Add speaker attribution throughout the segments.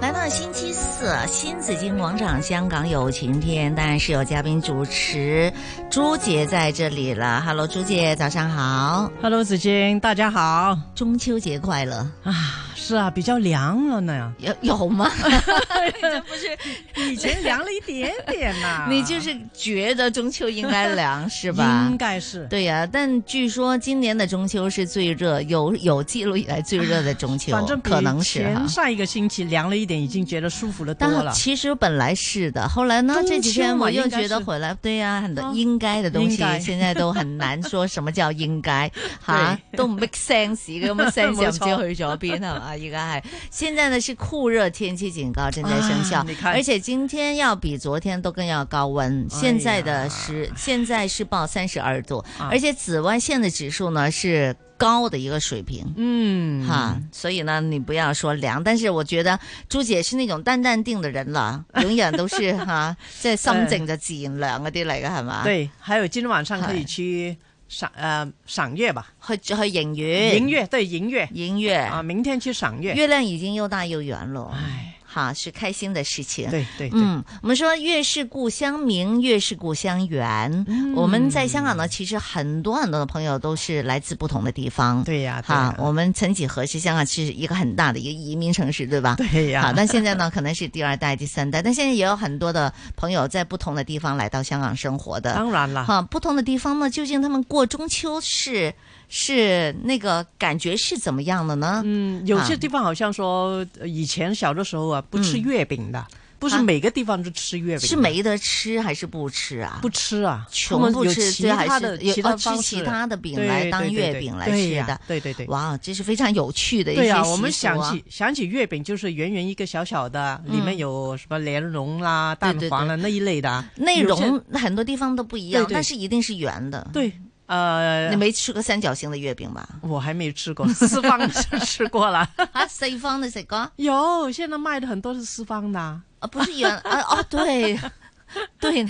Speaker 1: 来到星期四，新紫金广场，香港有晴天，当然是有嘉宾主持朱姐在这里了。Hello，朱姐，早上好，
Speaker 2: Hello，子君，大家好啊！
Speaker 1: 中秋节快乐！
Speaker 2: 是啊，比较凉了呢，
Speaker 1: 有有吗？
Speaker 2: 以前凉了一点点呐、
Speaker 1: 你就是觉得中秋应该凉是吧
Speaker 2: 应？该是
Speaker 1: 对呀、但据说今年的中秋是最热，有有记录以来最热的中秋，
Speaker 2: 反正比
Speaker 1: 可能是哈
Speaker 2: 前。上一个星期凉了一点，已经觉得舒服了多
Speaker 1: 但
Speaker 2: 了。
Speaker 1: 其实本来是的，后来呢
Speaker 2: 中，秋嘛
Speaker 1: 这几天我又觉
Speaker 2: 应该
Speaker 1: 得
Speaker 2: 是
Speaker 1: 回来，对呀、很多
Speaker 2: 啊
Speaker 1: 应该的东西
Speaker 2: 应该
Speaker 1: 现在都很难说什么叫應該 吓，都唔 make sense 嘅咁嘅 sense 又唔知去咗邊係嘛？而家係現在呢是酷熱天氣警告正在生效
Speaker 2: 啊你，看
Speaker 1: 而且今天要比昨天都更要高温。
Speaker 2: 哎呀
Speaker 1: 现在的是现在是报三十二度，
Speaker 2: 啊
Speaker 1: 而且紫外線的指数呢是高的一个水平。
Speaker 2: 嗯，
Speaker 1: 哈，所以呢，你不要说凉，但是我觉得朱姐是那种淡淡定的人 啦，永远都是哈，即系心静就自然凉嗰啲嚟嘅系嘛？，
Speaker 2: 对，还有今天晚上可
Speaker 1: 嗨
Speaker 2: 以去赏呃赏月吧，
Speaker 1: 去去迎月，
Speaker 2: 迎月对迎月
Speaker 1: 迎月，
Speaker 2: 啊，明天去赏月。
Speaker 1: 月亮已经又大又圆了，
Speaker 2: 哎，
Speaker 1: 哈，是开心的事情。
Speaker 2: 对对对，
Speaker 1: 嗯，我们说月是故乡明，月是故乡圆。
Speaker 2: 嗯
Speaker 1: 我们在香港呢，其实很多很多的朋友都是来自不同的地方。
Speaker 2: 对呀、对
Speaker 1: 哈
Speaker 2: 呀，
Speaker 1: 我们曾几何时，香港是一个很大的一个移民城市，对吧？
Speaker 2: 对呀、
Speaker 1: 好，但现在呢，可能是第二代、第三代，但现在也有很多的朋友在不同的地方来到香港生活的。
Speaker 2: 当然了，
Speaker 1: 哈，不同的地方呢，究竟他们过中秋是是那个感觉是怎么样的呢？
Speaker 2: 嗯，有
Speaker 1: 啊
Speaker 2: 些地方好像说呃以前小的时候啊，不吃
Speaker 1: 嗯
Speaker 2: 月饼的，不
Speaker 1: 啊
Speaker 2: 是每个地方都吃月饼的，
Speaker 1: 是没得吃还是不吃啊？
Speaker 2: 不吃啊，他
Speaker 1: 穷
Speaker 2: 们
Speaker 1: 不
Speaker 2: 有
Speaker 1: 吃，
Speaker 2: 其
Speaker 1: 对，还
Speaker 2: 他
Speaker 1: 是
Speaker 2: 的
Speaker 1: 有
Speaker 2: 其
Speaker 1: 哦
Speaker 2: 他
Speaker 1: 吃
Speaker 2: 方
Speaker 1: 其
Speaker 2: 式
Speaker 1: 他的饼
Speaker 2: 对
Speaker 1: 来
Speaker 2: 对
Speaker 1: 当
Speaker 2: 对
Speaker 1: 月
Speaker 2: 对
Speaker 1: 饼来
Speaker 2: 对
Speaker 1: 吃
Speaker 2: 呀
Speaker 1: 的。
Speaker 2: 对对对。
Speaker 1: 哇，这是非常有趣的一
Speaker 2: 对
Speaker 1: 些
Speaker 2: 呀、
Speaker 1: 习俗
Speaker 2: 我们想
Speaker 1: 啊
Speaker 2: 起想起月饼，就是圆圆一个小小的，
Speaker 1: 嗯
Speaker 2: 里面有什么莲蓉啦、
Speaker 1: 对
Speaker 2: 蛋
Speaker 1: 对
Speaker 2: 黄啦那一类的啊。
Speaker 1: 内
Speaker 2: 有些
Speaker 1: 容很多地方都不一样，
Speaker 2: 对对
Speaker 1: 但是一定是圆的。
Speaker 2: 对，呃
Speaker 1: 你，没吃过三角形的月饼吧？
Speaker 2: 我还没吃过，四方的吃过了。
Speaker 1: 啊，四方的食过。
Speaker 2: 有，现在卖的很多是四方的啊，
Speaker 1: 啊，不是 圆啊，哦，对，对，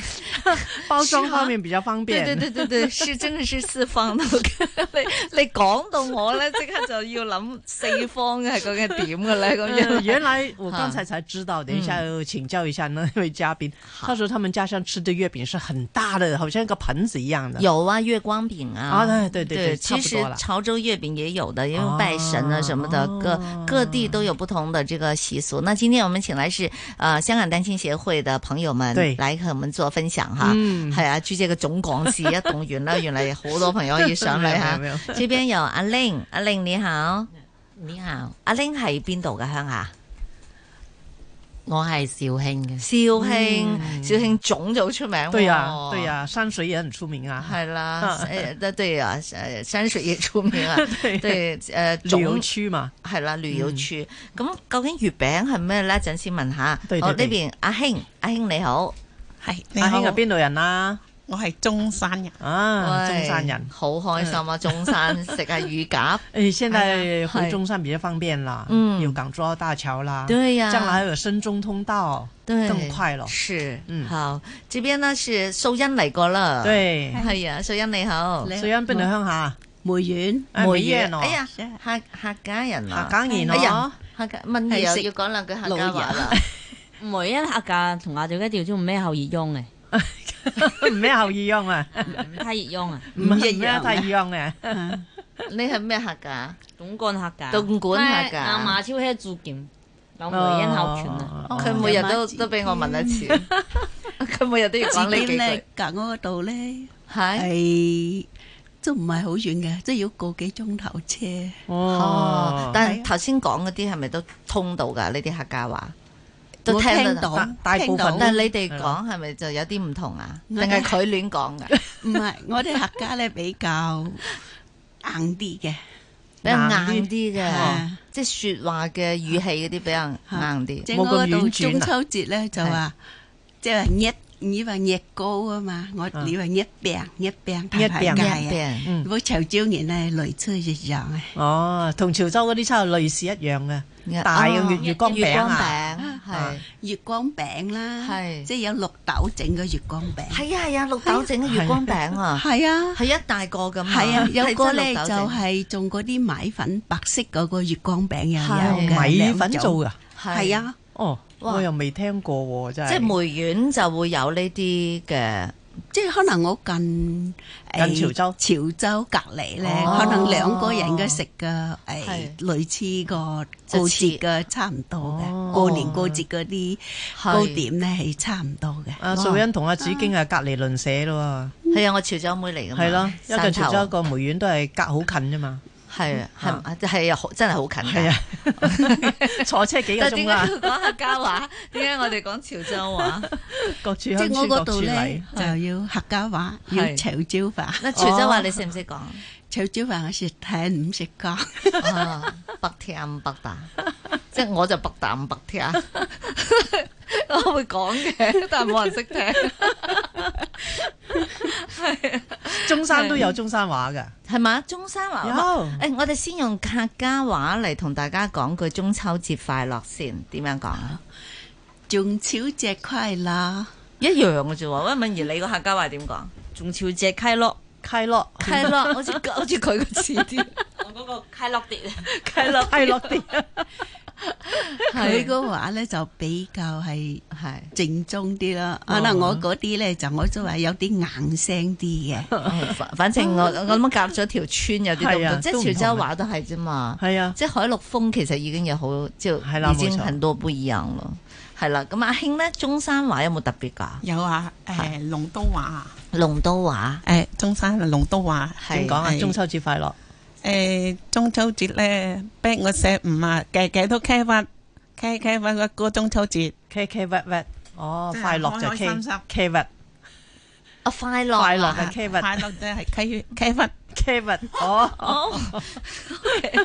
Speaker 2: 包
Speaker 1: 是
Speaker 2: 装
Speaker 1: 啊
Speaker 2: 方面比较方便。
Speaker 1: 对對對對對，是真係是四方到嘅。你你講到我咧，即刻就要諗四方嘅係究竟係點嘅咧咁
Speaker 2: 呃
Speaker 1: 樣。
Speaker 2: 原来我刚才才知道，等一
Speaker 1: 嗯
Speaker 2: 下要请教一下那位嘉宾，他说他们家乡吃的月饼是很大的，好像一个盆子一样的。
Speaker 1: 有啊，月光饼啊，
Speaker 2: 啊对对对对差
Speaker 1: 其
Speaker 2: 不
Speaker 1: 实
Speaker 2: 多了
Speaker 1: 潮州月饼也有的，因为拜神啊什么的，
Speaker 2: 哦
Speaker 1: 各各地都有不同的这个习俗。那今天我们请来是呃香港单亲协会的朋友们
Speaker 2: 对
Speaker 1: 来和我們做分享哈。
Speaker 2: 嗯
Speaker 1: 係啊，朱姐嘅總講事一動完啦，原來好多朋友可以上 嚟
Speaker 2: 没有
Speaker 1: 吓
Speaker 2: 没。有没有
Speaker 1: 这边有阿玲，阿玲你好，你好，阿玲系边度嘅乡下？
Speaker 3: 我係肇慶嘅，
Speaker 1: 肇庆，肇庆粽就好出名喎。
Speaker 2: 嗯对呀、啊对呀、山水也很出名啊。
Speaker 1: 系啦，诶，对对啊，诶山水也出名 啊，对，诶，
Speaker 2: 旅游嗯
Speaker 1: 粽
Speaker 2: 区嘛，
Speaker 1: 系啦，旅游区。咁究竟月餅係咩咧？一陣先問下。
Speaker 2: 對對
Speaker 1: 好呢
Speaker 2: 對
Speaker 1: 邊阿兄，阿兄你好，
Speaker 4: 系你
Speaker 2: 阿
Speaker 4: 好
Speaker 2: 兄，係邊度人啊？
Speaker 4: 我係中山人，
Speaker 1: 喂
Speaker 2: 啊，中山人。嗯
Speaker 1: 好開心啊！中山食下乳 鴿，
Speaker 2: 誒，現在
Speaker 1: 哎呀
Speaker 2: 回中山比較方便啦，
Speaker 1: 嗯
Speaker 2: 有港珠澳大橋啦，
Speaker 1: 對啊呀
Speaker 2: 將來還有深中通道，
Speaker 1: 對，
Speaker 2: 更快咯
Speaker 1: 是，
Speaker 2: 嗯
Speaker 1: 好，這邊呢是素欣嚟過啦。，
Speaker 2: 對，
Speaker 1: 係啊，素欣你好。
Speaker 4: 你
Speaker 2: 所以邊度鄉下？
Speaker 4: 梅縣
Speaker 2: 哎梅縣
Speaker 1: 哎
Speaker 2: 哦，
Speaker 1: 呀，客客家人啊，
Speaker 2: 客家人
Speaker 1: 哎
Speaker 2: 哦
Speaker 1: 呀，，客家問嘢又要講兩句客家話啦。
Speaker 3: 梅一客家同亞做一條叫咩後熱翁嘅，
Speaker 2: 唔咩後義樣啊，
Speaker 3: 唔太熱翁啊，
Speaker 2: 唔係咩太啊義樣嘅，
Speaker 1: 你係咩客家？
Speaker 3: 董幹客家，
Speaker 1: 東莞客家
Speaker 3: 咩阿馬超喺住劍，有梅一後拳啊，
Speaker 2: 哦
Speaker 1: 佢每日都
Speaker 4: 有乜字
Speaker 1: 都俾我問一次， 佢每日都要
Speaker 4: 自
Speaker 1: 講呢
Speaker 4: 己
Speaker 1: 幾句
Speaker 4: 咧，隔我嗰度咧
Speaker 2: 哎
Speaker 1: 係
Speaker 4: 係都唔係好遠嘅，即係要個幾鐘頭車。
Speaker 1: 哦
Speaker 2: 哦。，
Speaker 1: 但
Speaker 4: 係
Speaker 1: 係
Speaker 4: 啊
Speaker 1: 頭先講嗰啲係咪都通到㗎？呢啲客家話都
Speaker 4: 我
Speaker 1: 聽
Speaker 4: 聽
Speaker 1: 得
Speaker 4: 到
Speaker 2: 大，大部
Speaker 4: 聽
Speaker 2: 分
Speaker 4: 到
Speaker 1: 但係你
Speaker 2: 嗯
Speaker 1: 哋講係咪就有啲唔同啊？定
Speaker 4: 我哋
Speaker 1: 係佢亂講㗎？
Speaker 4: 唔係我哋客家咧比較硬啲嘅，
Speaker 1: 比較硬啲哦
Speaker 4: 係
Speaker 1: 嘅，
Speaker 4: 啊
Speaker 1: 即係説話嘅語氣嗰啲比較硬啲。
Speaker 4: 即係
Speaker 2: 冇咁
Speaker 4: 我嗰度
Speaker 2: 婉轉啊
Speaker 4: 中秋節咧就話，即係話一，你話一高啊嘛，我
Speaker 2: 啊
Speaker 4: 你話一病一病
Speaker 2: 一
Speaker 4: 排排
Speaker 2: 病
Speaker 4: 界
Speaker 1: 一
Speaker 4: 啊，
Speaker 1: 病
Speaker 2: 嗯
Speaker 4: 如果潮州人咧類似一樣啊，
Speaker 2: 哦，同潮州嗰啲差類似一樣嘅，
Speaker 1: 一
Speaker 2: 大嘅
Speaker 1: 哦
Speaker 2: 月月光
Speaker 1: 月
Speaker 2: 餅
Speaker 1: 光
Speaker 2: 啊，
Speaker 1: 餅係
Speaker 2: 啊。
Speaker 4: 月光餅啦，
Speaker 1: 係
Speaker 4: 即係有綠豆整嘅月光餅，
Speaker 1: 係啊係啊，綠豆整嘅月光餅啊，
Speaker 4: 係啊。
Speaker 1: 係一大個咁。
Speaker 4: 係啊，有個咧
Speaker 1: 係真綠
Speaker 4: 就
Speaker 1: 豆整
Speaker 4: 係種嗰啲米粉白色嗰個月光餅又有
Speaker 1: 係
Speaker 4: 嘅
Speaker 2: 米粉
Speaker 4: 兩種
Speaker 2: 做噶，
Speaker 4: 係，啊，
Speaker 2: 哦，
Speaker 1: 哇
Speaker 2: 我又未聽過喎，真係。
Speaker 1: 即係梅苑就會有呢啲嘅，
Speaker 4: 即係可能我近誒
Speaker 2: 近潮州
Speaker 4: 潮州隔離咧，
Speaker 1: 哦
Speaker 4: 可能兩個人嘅食嘅誒
Speaker 1: 係
Speaker 4: 類似個過節嘅差唔多
Speaker 2: 哦
Speaker 4: 嘅，過年過節嗰啲糕點咧係差唔多嘅。
Speaker 2: 阿啊素欣同阿紫荊啊，隔離鄰舍咯
Speaker 1: 係啊，我潮州妹嚟㗎
Speaker 2: 喎，
Speaker 1: 嘛，
Speaker 2: 係咯，一個
Speaker 1: 汕頭
Speaker 2: 潮州一個梅苑都係隔好近啫嘛，
Speaker 1: 係啊係啊係啊好真係好近㗎。
Speaker 2: 係啊， 坐車幾個
Speaker 1: 但係點解
Speaker 2: 鐘啦，
Speaker 1: 要講客家話？點解我哋講潮州 話？
Speaker 2: 各處
Speaker 4: 即
Speaker 2: 鄉
Speaker 4: 係我
Speaker 2: 村
Speaker 4: 嗰
Speaker 2: 各
Speaker 4: 度
Speaker 2: 處
Speaker 4: 咧
Speaker 2: 禮。
Speaker 4: 就要客家話，
Speaker 1: 係
Speaker 4: 要潮州話。
Speaker 1: 那潮州話你識唔識講？
Speaker 4: 潮州話我食聽唔食 講，
Speaker 1: 啊，北聽北打，即係我就北打唔北聽。 我會講嘅，但係冇人識聽。
Speaker 2: 中山都有中山話㗎，
Speaker 1: 係嘛？中山話
Speaker 2: 有
Speaker 1: 誒、我哋先用客家話嚟同大家講句中秋節快樂先，點樣講啊？
Speaker 4: 中秋節快樂，
Speaker 1: 一樣嘅啫喎。喂，敏儀，你個客家話點講？
Speaker 3: 仲潮借溪落，
Speaker 2: 開落
Speaker 1: 溪樂， 好似好似佢個似啲，
Speaker 3: 我嗰個溪落 碟，
Speaker 2: 開落開落啲，
Speaker 4: 佢個話咧就比較係
Speaker 1: 係
Speaker 4: 正宗啲啦。
Speaker 5: 哦
Speaker 4: 可能我嗰啲咧就我都話有啲硬聲啲嘅。
Speaker 1: 係反反正我我諗夾咗條村有啲都唔
Speaker 2: 係啊
Speaker 1: 同，即
Speaker 2: 都唔
Speaker 1: 係
Speaker 2: 同
Speaker 1: 潮州話都係啫嘛。
Speaker 2: 係啊，
Speaker 1: 即係海陸豐其實已經有好，就
Speaker 2: 係啦
Speaker 1: 已經
Speaker 2: 冇錯
Speaker 1: 很多不一樣咯。係啦，咁阿興咧，中山話有冇特別㗎？
Speaker 5: 有啊，誒龍都話啊，
Speaker 1: 龍都話
Speaker 5: 誒中山啊，龍都話
Speaker 1: 係
Speaker 2: 點講啊？中秋節快樂，
Speaker 5: 誒中秋節咧，逼我食唔啊，日日都開發，開開發個過中秋節，
Speaker 2: K K wet wet，哦，
Speaker 5: 即係
Speaker 2: 快樂就
Speaker 5: 開開
Speaker 2: K
Speaker 5: 心心
Speaker 2: K wet，
Speaker 1: 啊，快樂啊
Speaker 2: 快樂嘅 K
Speaker 5: 快
Speaker 2: wet
Speaker 5: 樂就係開開發。
Speaker 2: K wet，哦
Speaker 1: 哦，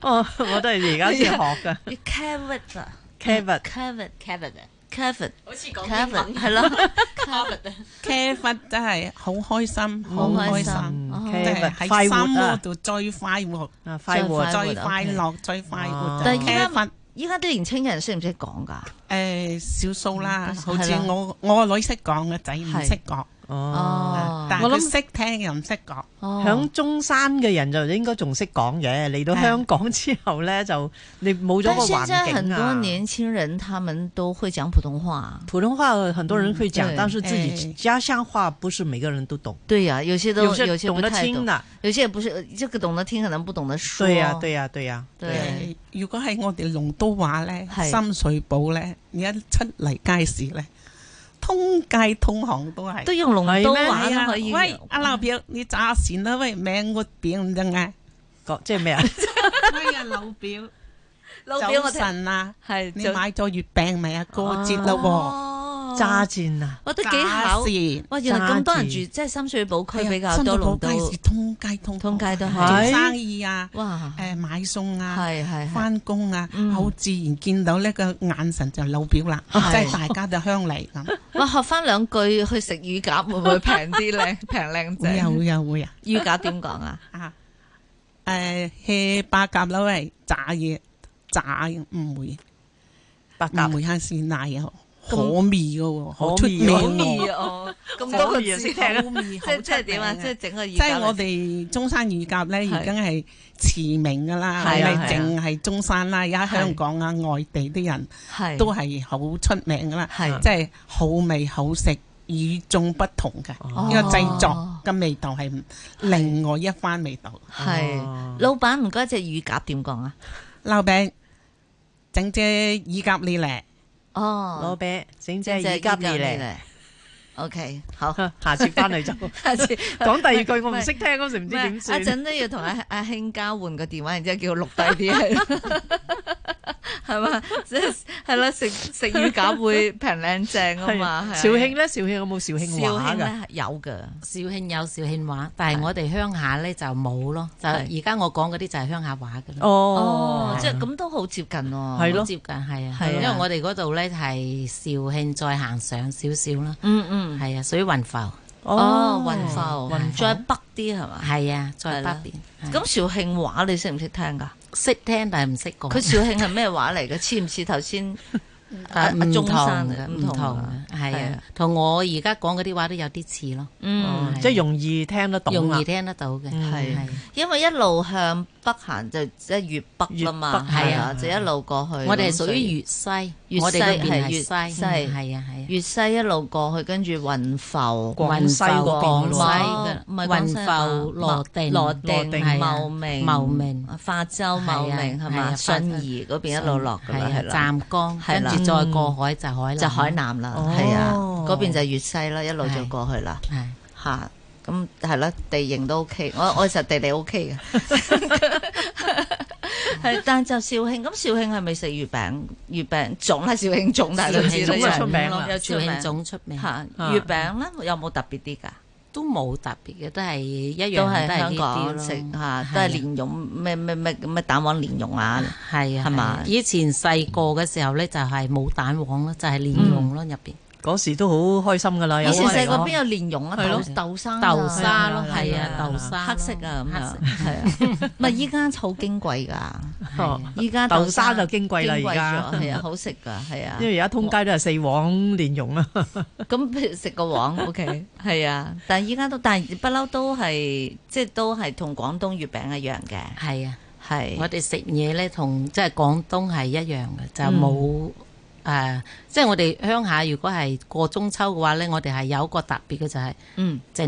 Speaker 2: 哦，我都係而家先學㗎
Speaker 1: 要 Kevin 啊
Speaker 2: K wet。
Speaker 1: ，Kevin
Speaker 3: Kevin 啊
Speaker 1: Kevin
Speaker 3: 好似
Speaker 1: Kevin 係咯，Kevin
Speaker 5: 開發真嗯係好開心，好
Speaker 1: 好開哦
Speaker 5: 開心，
Speaker 1: 心，哦
Speaker 2: K
Speaker 5: 即係
Speaker 2: wet
Speaker 5: 喺
Speaker 2: 快
Speaker 5: 生
Speaker 2: 活
Speaker 5: 活
Speaker 2: 啊，
Speaker 5: 度最快活、
Speaker 2: 啊快活
Speaker 1: 最
Speaker 5: 最快
Speaker 1: OK
Speaker 5: 樂、最快活
Speaker 2: 哦。
Speaker 1: 但係依家
Speaker 5: 開發
Speaker 1: 依家啲年青人識唔識講㗎？
Speaker 5: 誒少數啦，好似
Speaker 1: 係啦
Speaker 5: 我我個女識講嘅仔唔
Speaker 1: 係
Speaker 5: 識講，
Speaker 2: 哦。
Speaker 1: 哦，
Speaker 5: 但係
Speaker 2: 我
Speaker 5: 佢
Speaker 2: 諗
Speaker 5: 識聽又唔識講。
Speaker 2: 響中山嘅人就應該仲識講嘅，嚟到香港之後咧就你冇咗
Speaker 1: 但
Speaker 2: 個
Speaker 1: 現在
Speaker 2: 環
Speaker 1: 很
Speaker 2: 境
Speaker 1: 多
Speaker 2: 啊。
Speaker 1: 年輕人他們都會講普通話。
Speaker 2: 普通話很多人會講，
Speaker 1: 嗯
Speaker 2: 但是自己
Speaker 5: 對
Speaker 2: 家鄉話不是每個人都懂，
Speaker 1: 對呀、有些都有
Speaker 2: 些
Speaker 1: 些
Speaker 2: 懂
Speaker 1: 不
Speaker 2: 得
Speaker 1: 太
Speaker 2: 聽
Speaker 1: 懂，
Speaker 2: 的。
Speaker 1: 有些也不是这个懂得聽，可能不懂得說。
Speaker 2: 對呀，對啊呀，對呀。
Speaker 1: 對
Speaker 5: 誒如果係我哋龍都話咧，
Speaker 1: 係
Speaker 5: 深水埗咧，而家出嚟街市咧，通街通巷都係。
Speaker 1: 都用龍都話
Speaker 5: 係
Speaker 1: 啦，
Speaker 5: 啊
Speaker 1: 可以。
Speaker 5: 喂，阿老表，你炸線啦，喂，名我表唔得嗌。
Speaker 2: 講即係咩啊？
Speaker 5: 喂啊，老表，
Speaker 1: 老表
Speaker 5: 早
Speaker 1: 我聽
Speaker 5: 晨啊，
Speaker 1: 係
Speaker 5: 你
Speaker 1: 就
Speaker 5: 買咗月餅未啊？過節啦喎，
Speaker 1: 哦
Speaker 2: 揸戰啊！
Speaker 1: 我都幾巧
Speaker 5: 炸。線
Speaker 1: 哇！原來咁多人住，
Speaker 2: 揸
Speaker 1: 即係深水埗區比
Speaker 5: 係啊
Speaker 1: 較
Speaker 5: 深水
Speaker 1: 多
Speaker 5: 埗
Speaker 1: 龍
Speaker 5: 街
Speaker 1: 都
Speaker 5: 市，通街通
Speaker 1: 通街都
Speaker 5: 做
Speaker 2: 係
Speaker 1: 係。
Speaker 5: 生意啊，
Speaker 1: 哇！
Speaker 5: 誒買餸啊。
Speaker 1: 係係係。
Speaker 5: 翻工啊，
Speaker 1: 嗯
Speaker 5: 好自然見到呢個眼神就老表啦，即
Speaker 1: 係
Speaker 5: 係大家就鄉嚟 咁，
Speaker 1: 哇！學翻兩句去食乳鴿會唔會平啲靚平靚
Speaker 5: 會啊
Speaker 1: 仔？
Speaker 5: 會啊會啊
Speaker 1: 乳鴿點講啊？
Speaker 5: 啊！誒 h 八甲啦喂，炸嘢炸唔會，
Speaker 2: 白鴿
Speaker 5: 唔會係鮮奶啊，
Speaker 1: 嗯咁
Speaker 5: 可味嘅喎，好啊出名
Speaker 2: 可
Speaker 1: 好
Speaker 5: 喎
Speaker 1: 味哦！咁
Speaker 2: 好
Speaker 1: 多個
Speaker 2: 味啊
Speaker 1: 字
Speaker 2: 先
Speaker 1: 即
Speaker 2: 聽啊
Speaker 1: 係即係點啊？即係整個乳鴿嚟。
Speaker 5: 即係我哋中山乳鴿咧，已
Speaker 1: 係
Speaker 5: 經係馳名㗎啦，唔
Speaker 1: 係啊
Speaker 5: 係淨係中山啦，而家香港啊、外地啲人
Speaker 1: 係
Speaker 5: 都係好出名㗎啦，
Speaker 1: 係
Speaker 5: 即係好味好食，與眾不同嘅。
Speaker 2: 哦
Speaker 5: 呢個製作嘅味道係另外一番味道。
Speaker 1: 係老闆唔該，只乳鴿點講啊？
Speaker 5: 撈餅整隻耳甲你嚟，
Speaker 2: 攞
Speaker 1: 哦，
Speaker 2: 啤整隻
Speaker 1: 即係
Speaker 2: 耳甲嚟咧。
Speaker 1: OK，好。
Speaker 2: 下次翻嚟就
Speaker 1: 下次
Speaker 2: 講第二句，我唔識聽嗰時唔知
Speaker 1: 咩
Speaker 2: 點
Speaker 1: 一
Speaker 2: 算。
Speaker 1: 陣都要同阿阿興交換個電話，然之後叫佢錄低啲。係嘛？即係係啦，食食乳鴿會平靚正啊嘛。
Speaker 2: 肇慶咧，肇慶有冇肇慶
Speaker 6: 肇
Speaker 2: 話
Speaker 6: 慶
Speaker 2: 㗎？
Speaker 6: 咧有嘅，肇慶有肇慶話，但係我哋鄉下咧就冇咯。就而家我講嗰啲就係鄉下話嘅
Speaker 1: 哦
Speaker 6: 咯。
Speaker 2: 哦，，
Speaker 1: 即係咁都好接近喎。
Speaker 2: 係咯
Speaker 6: 好接近係啊，
Speaker 1: 係啊
Speaker 6: 因為我哋嗰度咧係肇慶再行上少少啦，
Speaker 1: 嗯嗯，
Speaker 6: 係啊，屬於雲浮，
Speaker 1: 哦，
Speaker 6: 雲
Speaker 1: 雲
Speaker 6: 浮，
Speaker 1: 浮，再北啲係嘛？
Speaker 6: 係啊，再北邊。
Speaker 1: 咁肇慶話你識唔識聽㗎？
Speaker 6: 識聽但係唔識講，
Speaker 1: 佢肇慶係咩話嚟嘅？似唔似頭先啊
Speaker 6: 哦啊
Speaker 1: 啊
Speaker 6: 唔
Speaker 1: 中
Speaker 6: 同
Speaker 1: 山
Speaker 6: 嘅，
Speaker 1: 嘅
Speaker 6: 唔
Speaker 1: 唔
Speaker 6: 同
Speaker 1: 同啊
Speaker 6: 嘅，係
Speaker 1: 係啊
Speaker 6: 啊，同我而家講嗰啲話都有啲似咯，
Speaker 1: 嗯
Speaker 6: 嗯？
Speaker 2: 即係容易聽
Speaker 1: 啊
Speaker 2: 得懂
Speaker 6: 容
Speaker 2: 啦
Speaker 6: 易。聽得到嘅，
Speaker 2: 嗯
Speaker 1: 係
Speaker 6: 係。
Speaker 1: 因為一路向北行就即係粵北啦嘛，
Speaker 6: 粵北嗯
Speaker 1: 係啊，就一路過去。
Speaker 6: 我哋係
Speaker 1: 咁
Speaker 6: 屬
Speaker 1: 所以
Speaker 6: 於粵西，
Speaker 1: 粵西
Speaker 6: 我哋嗰邊係
Speaker 1: 係粵西
Speaker 6: 係啊係啊，
Speaker 1: 粵西一路過去，跟住雲浮、
Speaker 2: 廣西嗰邊
Speaker 6: 廣西
Speaker 1: 茂唔係廣西
Speaker 6: 雲浮、羅定、
Speaker 1: 羅
Speaker 2: 定
Speaker 1: 定、
Speaker 6: 係啊
Speaker 1: 茂名、
Speaker 6: 茂名
Speaker 1: 化州、茂名係
Speaker 6: 係啊係
Speaker 1: 嘛？
Speaker 6: 啊
Speaker 1: 信
Speaker 6: 化州
Speaker 1: 義嗰邊一路落㗎啦，係
Speaker 6: 係啊，
Speaker 1: 啦，
Speaker 6: 湛江，
Speaker 1: 係
Speaker 6: 跟
Speaker 1: 啦
Speaker 6: 住再過海就海南，
Speaker 1: 就海，南啦，
Speaker 2: 哦
Speaker 1: 係啊，嗰邊就粵西啦，一路就過去啦。
Speaker 6: 係
Speaker 1: 吓，咁係啦，地形都 OK，我我其實地理 OK 嘅，係但就肇慶，咁肇慶係咪食月餅？月餅粽啦，肇慶粽大家都知
Speaker 2: 肇
Speaker 1: 啦，
Speaker 2: 慶粽啊出名啦
Speaker 1: 有
Speaker 6: 肇慶粽出名，
Speaker 1: 嚇
Speaker 2: 啊
Speaker 1: 月餅咧有冇特別啲㗎？
Speaker 6: 都冇特別嘅，都係一樣，
Speaker 1: 都
Speaker 6: 係
Speaker 1: 係
Speaker 6: 呢
Speaker 1: 香
Speaker 6: 啲咯
Speaker 1: 港食嚇，都係蓮蓉咩咩咩咩蛋黃蓮蓉啊，
Speaker 6: 係啊，
Speaker 1: 係嘛
Speaker 6: 係啊以前細個嘅時候咧，就係冇蛋黃咯，就係蓮蓉咯入邊，
Speaker 2: 嗰時都好開心㗎啦，有
Speaker 1: 以前
Speaker 2: 威
Speaker 1: 細
Speaker 2: 力
Speaker 1: 個
Speaker 2: 咯
Speaker 1: 邊有蓮蓉啊？
Speaker 2: 係咯
Speaker 1: 豆豆沙啊
Speaker 6: 豆沙咯，係
Speaker 2: 係啊
Speaker 6: 啊，豆沙咯
Speaker 1: 黑色啊咁
Speaker 6: 黑
Speaker 1: 樣
Speaker 6: 色，
Speaker 1: 係啊，唔係依家好矜貴噶，
Speaker 2: 哦
Speaker 1: 依家
Speaker 2: 豆沙就矜貴啦而家
Speaker 1: 係 啊，好食噶，係啊
Speaker 2: 因，為而家通街都係四黃蓮蓉啦，
Speaker 1: 咁譬如食個 黃，OK，係啊，但係依家都，但係不嬲都係，即係都係同廣東月餅一樣嘅，
Speaker 6: 係啊。
Speaker 1: 係，
Speaker 6: 我哋食嘢咧，同即係廣東係一樣嘅，就冇誒、呃即係我哋鄉下如果係過中秋嘅話咧，我哋係有一個特別嘅就係
Speaker 1: 嗯，
Speaker 6: 整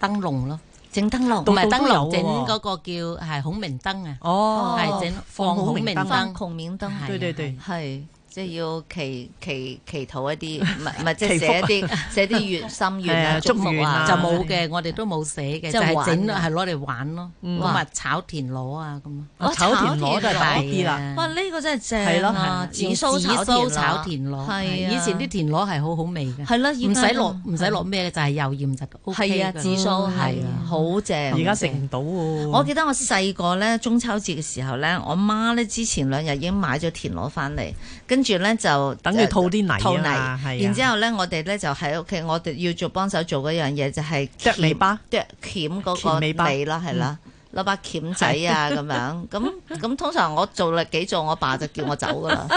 Speaker 6: 燈籠咯，
Speaker 1: 整燈籠
Speaker 6: 唔係
Speaker 2: 度
Speaker 6: 燈
Speaker 2: 都有
Speaker 6: 籠，
Speaker 2: 喎
Speaker 6: 整嗰個叫係孔明燈啊，
Speaker 2: 哦
Speaker 6: 係整放孔明
Speaker 1: 放
Speaker 6: 燈，
Speaker 1: 孔明燈，
Speaker 6: 係
Speaker 2: 對對對
Speaker 1: 係。即係要祈祈祈禱一 啲，唔係唔係，即係
Speaker 2: 祈福
Speaker 1: 寫一啲寫啲 願心願
Speaker 2: 係
Speaker 1: 啊、
Speaker 2: 啊
Speaker 1: 祝福
Speaker 2: 祝願
Speaker 1: 啊，
Speaker 2: 啊
Speaker 6: 就冇嘅，我哋都冇寫嘅，
Speaker 1: 即
Speaker 6: 就
Speaker 1: 係
Speaker 6: 係整
Speaker 1: 玩啊
Speaker 6: 係攞嚟玩咯，
Speaker 2: 嗯
Speaker 6: 咁啊炒田螺啊咁咯，
Speaker 1: 哦
Speaker 2: 炒田螺都係
Speaker 6: 啊
Speaker 2: 大啲啦，
Speaker 1: 哇！呢個真係正
Speaker 2: 係咯
Speaker 1: 啊，紫
Speaker 6: 用
Speaker 1: 蘇
Speaker 6: 紫
Speaker 1: 炒
Speaker 6: 蘇炒田螺，
Speaker 1: 係啊
Speaker 6: 係以前啲田螺係好好味嘅。
Speaker 1: 係咯，
Speaker 6: 唔
Speaker 1: 唔
Speaker 6: 使落唔使落咩嘅，就係油鹽就嗯 O K
Speaker 1: 係啊，紫蘇係啊，好正。
Speaker 2: 而家食唔到喎。
Speaker 1: 我記得我細個咧中秋節嘅時候咧，我媽咧之前兩日已經買咗田螺翻嚟，跟住咧就呃
Speaker 2: 等佢吐啲泥啊嘛
Speaker 1: 吐
Speaker 2: 係啊
Speaker 1: 泥。然之後咧，我哋咧就喺屋企，我哋要做幫手做嗰樣嘢就係
Speaker 2: 啄尾巴，
Speaker 1: 剁鉗嗰個
Speaker 2: 鉗尾巴
Speaker 1: 尾啦，係啦。攞把鉗仔啊，咁樣咁咁，通常我做啦幾做，我爸就叫我走噶啦，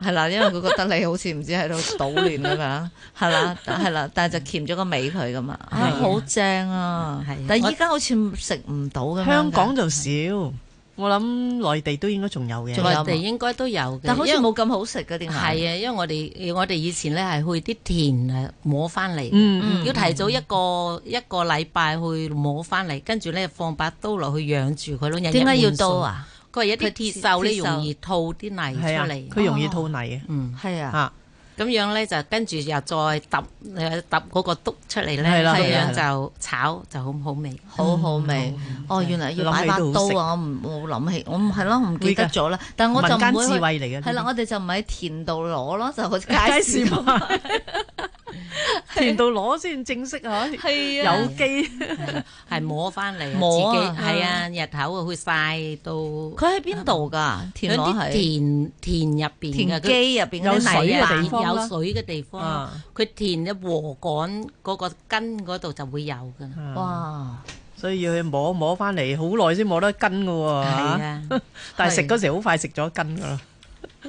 Speaker 1: 係啦，因為佢覺得你好似唔知喺度搗亂咁樣，係啦，係啦，但係就鉗咗個尾佢噶嘛，啊好正啊
Speaker 6: 係啊！
Speaker 1: 但係依家好似食唔到咁樣㗎
Speaker 2: 香港就少，我諗內地都應該仲有嘅。
Speaker 1: 仲有
Speaker 6: 內地應該都有嘅，
Speaker 1: 但好似
Speaker 6: 因為
Speaker 1: 冇咁好食嘅，點
Speaker 6: 係啊，
Speaker 1: 解？
Speaker 6: 因為我哋我哋以前咧係去啲田啊摸翻嚟，
Speaker 2: 嗯
Speaker 6: 要提早一個一個禮拜去摸翻嚟，跟住咧放把刀落去養住佢咯。日日
Speaker 1: 點解要
Speaker 6: 換水
Speaker 1: 刀？啊？
Speaker 6: 佢話有啲
Speaker 1: 佢
Speaker 6: 鐵鏽咧
Speaker 1: 鐵鏽
Speaker 6: 容易吐啲泥出
Speaker 2: 係啊，
Speaker 6: 嚟，
Speaker 2: 佢容易吐泥嘅
Speaker 6: 嗯
Speaker 1: 係 啊，
Speaker 2: 啊，
Speaker 6: 咁樣咧就跟住又再揼誒揼嗰個篤出嚟咧，
Speaker 2: 係啦
Speaker 6: 咁
Speaker 2: 係啦
Speaker 6: 樣就炒就好好味。
Speaker 1: 好好
Speaker 2: 嗯
Speaker 1: 味哦！原來要擺把刀啊！我唔我諗起，我唔係咯，唔記得咗啦。但我就
Speaker 2: 民
Speaker 1: 唔
Speaker 2: 間
Speaker 1: 會
Speaker 2: 智
Speaker 1: 去
Speaker 2: 慧嚟嘅。
Speaker 1: 係啦，我哋就唔喺田度攞咯，就去
Speaker 2: 街
Speaker 1: 街
Speaker 2: 市
Speaker 1: 市。
Speaker 2: 買，田度攞先正式嚇，
Speaker 1: 係啊，
Speaker 2: 有機
Speaker 6: 係摸翻
Speaker 2: 嗯
Speaker 6: 嚟啊，
Speaker 1: 摸啊
Speaker 6: 自己係啊，日頭啊，去曬到 佢
Speaker 1: 佢喺邊度㗎？田螺
Speaker 6: 啲
Speaker 1: 係
Speaker 6: 田田入邊
Speaker 1: 田
Speaker 6: 嘅，
Speaker 1: 基入邊
Speaker 2: 有
Speaker 1: 嗰啲
Speaker 2: 水
Speaker 1: 泥
Speaker 2: 嘅
Speaker 1: 啊
Speaker 2: 地方啦
Speaker 6: 有水嘅地方，
Speaker 2: 啊，
Speaker 6: 佢田嘅禾稈嗰個根嗰度就會有㗎啦。
Speaker 2: 哇！
Speaker 1: 哇！
Speaker 2: 所以要去摸摸翻嚟，好耐先摸得根嘅喎。
Speaker 6: 係
Speaker 2: 啊
Speaker 6: 啊，
Speaker 2: 但係食嗰時好快食咗根㗎啦，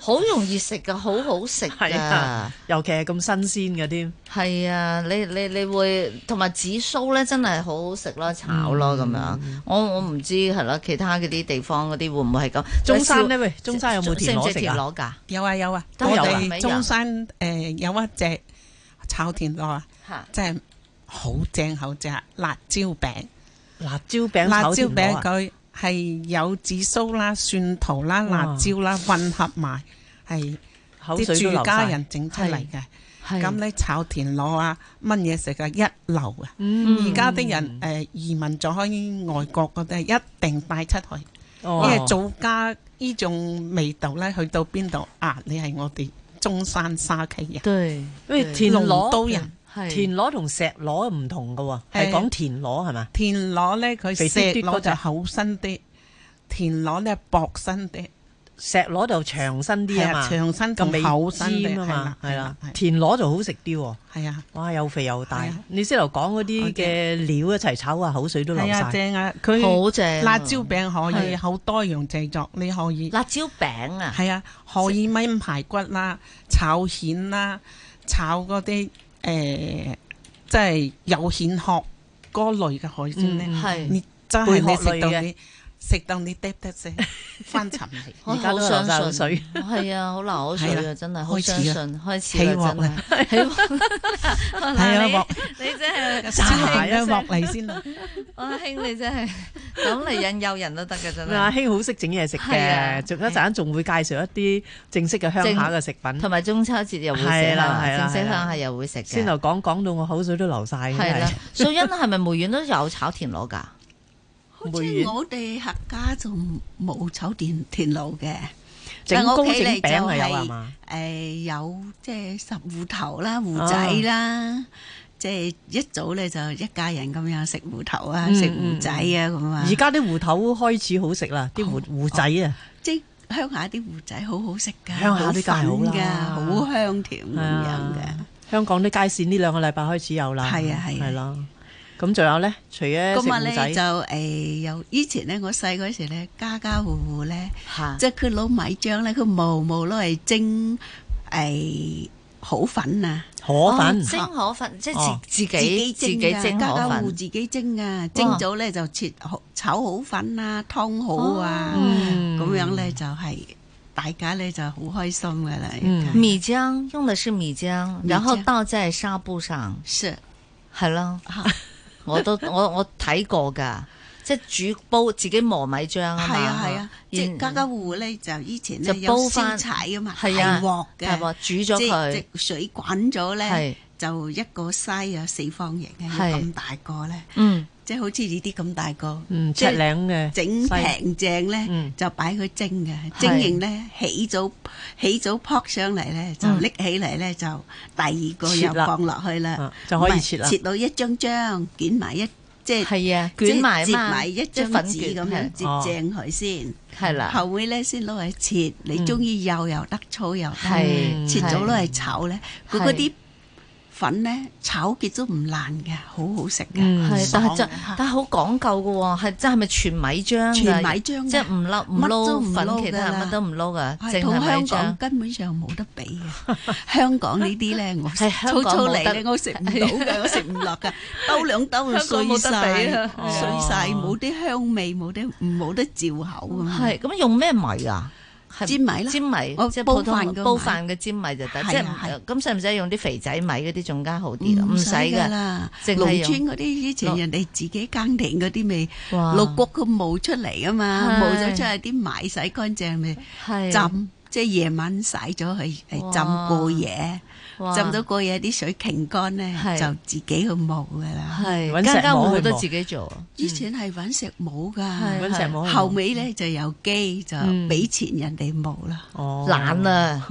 Speaker 1: 好容易食㗎，好好食
Speaker 2: 係
Speaker 1: 㗎
Speaker 2: 啊。，尤其係咁新鮮嘅添。
Speaker 1: 係啊，你你你會同埋紫蘇咧，真係好好食咯，炒咯
Speaker 2: 嗯
Speaker 1: 咁樣。我我唔知係啦，其他嗰啲地方嗰啲會唔會係咁？
Speaker 2: 中山咧，喂，中山有冇田螺
Speaker 1: 食唔食
Speaker 2: 食
Speaker 1: 田
Speaker 2: 啊？
Speaker 1: 螺㗎？
Speaker 5: 有啊有啊，
Speaker 1: 都
Speaker 5: 我
Speaker 1: 有啊咪
Speaker 5: 哋
Speaker 1: 有
Speaker 5: 中山誒、呃有一隻炒田螺啊，
Speaker 1: 嚇！
Speaker 5: 真係好正好正啊，辣椒餅，
Speaker 2: 辣椒餅
Speaker 5: 辣
Speaker 2: 炒
Speaker 5: 椒
Speaker 2: 田螺
Speaker 5: 餅
Speaker 2: 啊！
Speaker 5: 佢係有紫蘇啦、蒜頭啦、
Speaker 2: 哇
Speaker 5: 辣椒啦混合埋，係
Speaker 2: 口水
Speaker 5: 啲
Speaker 2: 都
Speaker 5: 住
Speaker 2: 流
Speaker 5: 家
Speaker 2: 晒。
Speaker 5: 人整出嚟嘅。
Speaker 1: 係
Speaker 5: 咁咧炒田螺啊，乜嘢食啊一流啊！
Speaker 2: 嗯
Speaker 5: 而家啲人誒、呃移民咗去外國嗰啲，一定帶出去，
Speaker 2: 哦
Speaker 5: 因為祖家呢種味道咧，去到邊度啊？你係我哋中山沙溪人，
Speaker 6: 對，
Speaker 2: 因為田螺
Speaker 5: 龍都人。
Speaker 6: 係
Speaker 2: 田螺同石螺唔同噶喎，係
Speaker 5: 係
Speaker 2: 講田螺係嘛？
Speaker 5: 田螺咧，佢
Speaker 2: 肥嘟嘟
Speaker 5: 石螺
Speaker 2: 嗰隻
Speaker 5: 就厚身啲，田螺咧薄身啲，
Speaker 2: 石螺就長身啲啊
Speaker 5: 係
Speaker 2: 嘛，
Speaker 5: 啊，長身
Speaker 2: 個
Speaker 5: 同
Speaker 2: 尾
Speaker 5: 厚身啲，
Speaker 2: 尖啊
Speaker 5: 係
Speaker 2: 嘛
Speaker 5: 啦，，
Speaker 2: 係啦
Speaker 5: 係，
Speaker 2: 田螺就好食啲喎。
Speaker 5: 係啊，
Speaker 2: 哇，又肥又大
Speaker 5: 係啊！
Speaker 2: 你先頭講嗰啲嘅料一齊炒下，口水都流
Speaker 5: 係啊，
Speaker 2: 晒。
Speaker 5: 正啊，佢
Speaker 1: 好正啊
Speaker 5: 辣椒餅可以
Speaker 1: 係
Speaker 5: 好多樣製作，你可以
Speaker 1: 辣椒餅啊，
Speaker 5: 係啊，可以炆排骨啦，炒蜆啦，炒嗰啲誒，即係有蜆殼嗰類嘅海鮮咧，
Speaker 2: 嗯
Speaker 1: 係
Speaker 5: 你真係
Speaker 2: 貝
Speaker 5: 你
Speaker 2: 殼類
Speaker 5: 食到
Speaker 2: 嘅
Speaker 5: 你食到你嗒嗒聲，翻尋 味。
Speaker 1: 我
Speaker 2: 而家
Speaker 1: 好
Speaker 2: 都流
Speaker 1: 相
Speaker 2: 晒口
Speaker 1: 信，
Speaker 2: 水
Speaker 1: 係啊，好流口
Speaker 5: 係
Speaker 1: 水啊，
Speaker 5: 啦
Speaker 1: 真係好
Speaker 5: 開始
Speaker 1: 相
Speaker 5: 啦
Speaker 1: 信，開始
Speaker 5: 起鑊
Speaker 1: 啦
Speaker 5: 啦，
Speaker 1: 真係起鑊。
Speaker 5: 係啊，
Speaker 1: 你你真係
Speaker 5: 先嚟一鑊嚟先啦，
Speaker 1: 阿兄，你真係咁嚟引誘人都得嘅真
Speaker 2: 阿
Speaker 1: 係，
Speaker 2: 兄好識整嘢食
Speaker 1: 係啊
Speaker 2: 嘅，仲一陣仲會介紹一啲正式嘅鄉下嘅食品。
Speaker 1: 同埋中秋節又會食
Speaker 2: 係啦
Speaker 1: 啦，
Speaker 2: 係啦
Speaker 1: 正式
Speaker 2: 係
Speaker 1: 鄉
Speaker 2: 啦
Speaker 1: 下又會食
Speaker 2: 先
Speaker 1: 嘅
Speaker 2: 頭，講講到我口水都流晒。真
Speaker 1: 係
Speaker 2: 係
Speaker 1: 啦。素欣係咪梅縣都有炒田螺㗎？
Speaker 4: 好
Speaker 2: 梅
Speaker 4: 似
Speaker 2: 園
Speaker 4: 我哋客家就冇炒田田螺嘅，
Speaker 2: 整
Speaker 4: 但我
Speaker 2: 糕
Speaker 4: 屋企
Speaker 2: 整
Speaker 4: 嚟
Speaker 2: 餅係有啊
Speaker 4: 就
Speaker 2: 係
Speaker 4: 係
Speaker 2: 嘛？
Speaker 4: 誒有即係十芋頭啦、芋仔
Speaker 2: 嗯
Speaker 4: 啦，即係一早咧就一家人咁樣食芋頭啊、
Speaker 2: 嗯
Speaker 4: 食芋仔啊咁啊。
Speaker 2: 而家啲芋頭開始好食啦，啲芋芋仔啊，
Speaker 4: 即係鄉下啲芋仔好好食㗎，
Speaker 2: 鄉下啲梗係好啦
Speaker 4: 粉㗎好香甜咁
Speaker 2: 係
Speaker 4: 樣
Speaker 2: 啊
Speaker 4: 嘅。
Speaker 2: 香港啲街市呢兩個禮拜開始有啦。
Speaker 4: 係啊係啊
Speaker 2: 係啦。咁仲有咧，除咗
Speaker 4: 咁啊
Speaker 2: 食
Speaker 4: 咧
Speaker 2: 芋仔
Speaker 4: 就，誒有以前咧，我細嗰時咧，家家户戶咧，
Speaker 1: 嚇
Speaker 2: 啊
Speaker 4: 即係佢攞米漿咧，佢無無攞嚟蒸誒好粉啊，
Speaker 2: 河粉
Speaker 1: 哦蒸河粉，即係
Speaker 2: 哦
Speaker 1: 自自己自己
Speaker 4: 㗎
Speaker 1: 蒸
Speaker 4: 家
Speaker 1: 河
Speaker 4: 家户戶
Speaker 1: 粉，
Speaker 4: 自己蒸啊，蒸咗咧就切好炒好粉啊，湯好
Speaker 1: 哦
Speaker 4: 啊，
Speaker 2: 嗯
Speaker 4: 咁樣咧就係大家咧就好開心㗎啦。
Speaker 2: 嗯
Speaker 1: 米漿用的是米漿，
Speaker 4: 米
Speaker 1: 然後
Speaker 4: 漿
Speaker 1: 倒在紗布上，
Speaker 4: 是
Speaker 1: 係啦，
Speaker 4: 嚇
Speaker 1: 我都我我睇過㗎，即係煮煲自己磨米漿啊嘛，
Speaker 4: 係啊係啊，即係
Speaker 1: 然
Speaker 4: 家家戶戶咧就以前
Speaker 1: 就
Speaker 4: 咧有
Speaker 1: 煲
Speaker 4: 燒
Speaker 1: 返
Speaker 4: 柴㗎嘛，
Speaker 1: 係啊大
Speaker 4: 大鑊
Speaker 1: 鑊
Speaker 4: 嘅，
Speaker 1: 煮咗佢
Speaker 4: 即係，即水滾咗咧。
Speaker 1: 係
Speaker 4: 就一個西啊，四方形嘅，
Speaker 1: 係
Speaker 4: 要咁大個咧，
Speaker 1: 嗯
Speaker 4: 即係好似呢啲咁大個，
Speaker 2: 嗯，赤
Speaker 4: 即係
Speaker 2: 嶺嘅
Speaker 4: 整平正咧
Speaker 2: 嗯
Speaker 4: 就擺佢蒸嘅，
Speaker 1: 係
Speaker 4: 蒸完咧起早起早撲上嚟咧就
Speaker 1: 嗯
Speaker 4: 拎起嚟咧就第二個
Speaker 2: 切
Speaker 4: 又
Speaker 2: 啦
Speaker 4: 放落去啦
Speaker 2: 啊，就可
Speaker 4: 唔
Speaker 2: 以
Speaker 4: 係
Speaker 2: 切啦
Speaker 4: 切到一張張捲埋一即係
Speaker 1: 係啊，
Speaker 4: 即係
Speaker 1: 捲埋啊
Speaker 4: 折
Speaker 1: 嘛，
Speaker 4: 埋一
Speaker 1: 即
Speaker 4: 張
Speaker 1: 係粉
Speaker 4: 紙咁樣
Speaker 1: 卷
Speaker 4: 接
Speaker 2: 哦
Speaker 4: 正佢先，
Speaker 1: 係啦，
Speaker 4: 後尾咧先攞嚟切，你
Speaker 2: 嗯
Speaker 4: 中意幼又得，粗又得。
Speaker 1: 係
Speaker 2: 嗯
Speaker 4: 切咗攞嚟炒咧，佢
Speaker 1: 係
Speaker 4: 嗰啲粉咧炒結都唔爛嘅，好好食嘅。
Speaker 1: 係，
Speaker 2: 嗯
Speaker 1: 但係
Speaker 4: 爽
Speaker 1: 真
Speaker 4: 嘅嚇
Speaker 1: 但係好講究嘅喎，係真係咪全米漿㗎？
Speaker 4: 全米漿嘅
Speaker 1: 即係唔撈唔
Speaker 4: 乜都唔
Speaker 1: 撈
Speaker 4: 撈
Speaker 1: 粉，其他
Speaker 4: 㗎啦
Speaker 1: 乜都唔撈㗎，
Speaker 4: 係
Speaker 1: 淨
Speaker 4: 同
Speaker 1: 係
Speaker 4: 香
Speaker 1: 米漿
Speaker 4: 港。根本上冇得比嘅，香港呢啲咧，我
Speaker 1: 係香
Speaker 4: 粗
Speaker 1: 港
Speaker 4: 粗
Speaker 1: 冇
Speaker 4: 嚟
Speaker 1: 得
Speaker 4: 咧，我食唔到嘅，我食唔落嘅，兜兩兜就
Speaker 1: 香港
Speaker 4: 碎
Speaker 1: 冇得
Speaker 4: 晒，
Speaker 1: 比啊
Speaker 4: 碎晒冇啲香味，冇啲冇得照口咁樣。
Speaker 1: 係咁用咩米啊？係
Speaker 4: 粘米啦
Speaker 1: 粘米
Speaker 4: 我
Speaker 1: 即係
Speaker 4: 煲
Speaker 1: 普通
Speaker 4: 飯嗰個
Speaker 1: 煲
Speaker 4: 米
Speaker 1: 飯嘅粘米就得，
Speaker 4: 係啊
Speaker 1: 即係唔
Speaker 4: 係
Speaker 1: 咁使唔使用啲肥仔米嗰啲仲加好
Speaker 4: Ừ,
Speaker 1: 啲啊？唔使
Speaker 4: 㗎
Speaker 1: 嘅，
Speaker 4: 啦，
Speaker 1: 淨係
Speaker 4: 農
Speaker 1: 用
Speaker 4: 村嗰啲以前
Speaker 1: 落
Speaker 4: 人哋自己耕田嗰啲咪
Speaker 1: 哇
Speaker 4: 六谷佢冒出嚟啊嘛，
Speaker 1: 係
Speaker 4: 冒咗出嚟啲米洗乾淨咪。
Speaker 1: 係啊
Speaker 4: 浸，即係夜晚洗咗佢，誒
Speaker 1: 哇
Speaker 4: 浸過夜，
Speaker 1: 哇
Speaker 4: 浸到過夜啲水擎乾咧，
Speaker 1: 係
Speaker 4: 就自己去磨噶啦。
Speaker 1: 係
Speaker 2: 搵
Speaker 1: 家家
Speaker 2: 石磨
Speaker 1: 戶
Speaker 2: 去
Speaker 1: 戶都
Speaker 2: 磨
Speaker 1: 自己做啊，
Speaker 4: 以前係揾石磨
Speaker 1: 係
Speaker 4: 噶，
Speaker 2: 揾石磨去
Speaker 4: 後
Speaker 2: 磨
Speaker 4: 尾咧就有機就
Speaker 2: 嗯
Speaker 4: 俾錢人哋磨啦。
Speaker 2: 哦
Speaker 1: 懶啊！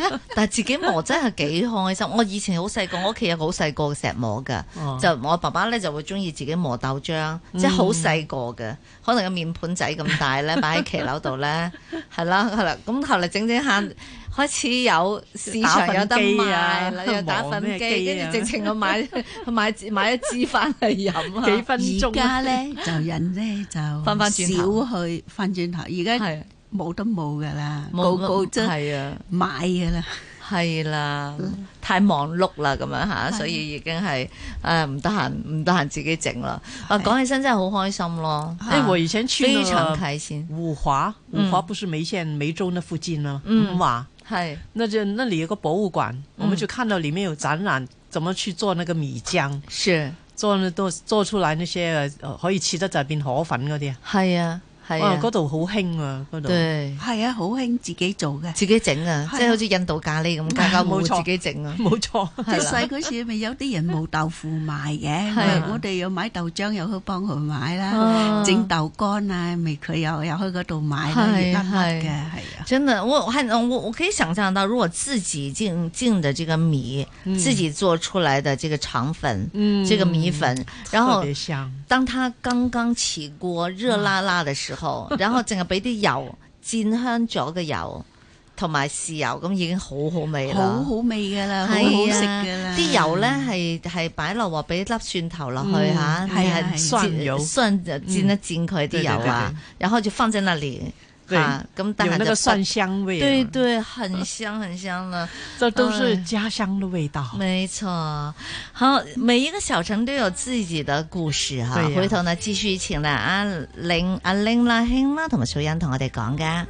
Speaker 4: 啊，
Speaker 1: 但係自己磨真係幾開心。我以前好細個，我屋企有個好細個嘅石磨㗎，
Speaker 2: 哦嗯
Speaker 1: 就我爸爸咧就會中意自己磨豆漿，即係好細個嘅，可能個面盤仔咁大 咧，擺喺騎樓度咧，係啦，係啦。咁後嚟整整下。開始有市場有得賣
Speaker 2: 打
Speaker 1: 啦
Speaker 2: 粉，機啊
Speaker 1: 有打粉
Speaker 2: 磨咩
Speaker 1: 機，
Speaker 2: 機
Speaker 1: 跟
Speaker 2: 啊
Speaker 1: 住直情我買 買買一支翻嚟飲啊！
Speaker 2: 幾分
Speaker 4: 而
Speaker 2: 鐘啊
Speaker 4: 家咧就人咧就
Speaker 1: 返返轉頭
Speaker 4: 少去翻轉頭，而家
Speaker 1: 係
Speaker 4: 冇得冇噶啦，
Speaker 1: 冇
Speaker 4: 個個都
Speaker 1: 係啊，
Speaker 4: 買噶啦。
Speaker 1: 係啦，太忙碌啦咁樣吓，所以已經係誒唔得閒，唔得閒自己整啦。啊，
Speaker 4: 係
Speaker 1: 講起身真係好開心咯，
Speaker 2: 哎，
Speaker 1: 嚇
Speaker 2: 我以前去
Speaker 1: 非常
Speaker 2: 了
Speaker 1: 開心，
Speaker 2: 五华，五
Speaker 1: 嗯
Speaker 2: 华不是梅县梅州那附近吗？
Speaker 1: 嗯
Speaker 2: 五华，
Speaker 1: 係
Speaker 2: 那就那里有个博物馆，我们就看到里面有展览，怎么去做那个米浆，
Speaker 1: 是
Speaker 2: 做那都做出来那些呃可以切得就变河粉嗰啲啊，
Speaker 1: 係啊，係
Speaker 2: 哇，
Speaker 1: 啊，
Speaker 2: 嗰度好興啊，嗰度。
Speaker 1: 對，
Speaker 4: 係啊，好興自己做嘅。
Speaker 1: 自己整啊，
Speaker 4: 係啊
Speaker 1: 即係好似印度咖喱咁，家家户户
Speaker 2: 冇錯
Speaker 1: 自己整啊，
Speaker 2: 冇錯，
Speaker 4: 出
Speaker 1: 係
Speaker 4: 世
Speaker 1: 啦，
Speaker 4: 嗰時咪有啲人冇豆腐賣嘅，
Speaker 1: 係啊
Speaker 4: 我我哋又買豆漿，又去幫佢買啦，
Speaker 1: 啊
Speaker 4: 整豆乾啊，咪佢又又去嗰度買啦，熱
Speaker 1: 係
Speaker 4: 粒粒嘅，
Speaker 1: 係
Speaker 4: 係啊。
Speaker 1: 真的，我我还我我可以想象到，如果自己浸浸的这个米， 自己做出来的这个肠粉，
Speaker 2: 嗯
Speaker 1: 这个米粉，然后
Speaker 2: 特別香，
Speaker 1: 当它刚刚起锅热辣辣嘅時 候，然後淨係俾啲油煎香咗嘅油同埋豉油，咁已經好好味啦。
Speaker 4: 啊好好味噶啦，好好
Speaker 1: 係啊
Speaker 4: 食噶啦。
Speaker 1: 啲油咧係係擺落鑊，俾粒蒜頭落去嚇，
Speaker 4: 係啊
Speaker 1: 係
Speaker 4: 係
Speaker 2: 蒜油
Speaker 1: 蒜
Speaker 4: 嗯
Speaker 1: 就煎一煎佢啲
Speaker 2: 對對
Speaker 1: 油啊
Speaker 2: 對，
Speaker 1: 然後就放在那裡
Speaker 2: 對
Speaker 1: 嚇，咁但
Speaker 2: 有
Speaker 1: 係
Speaker 2: 那
Speaker 1: 就
Speaker 2: 個
Speaker 1: 不
Speaker 2: 蒜香味啊，
Speaker 1: 对对，很香很香了，
Speaker 2: 這都是
Speaker 1: 哎
Speaker 2: 家鄉的味道。
Speaker 1: 没错。好，每一个小城都有自己的故事哈。
Speaker 2: 对呀
Speaker 1: 回头呢，继续请嚟阿玲、阿玲啦、兄啦同埋小欣同我哋讲噶。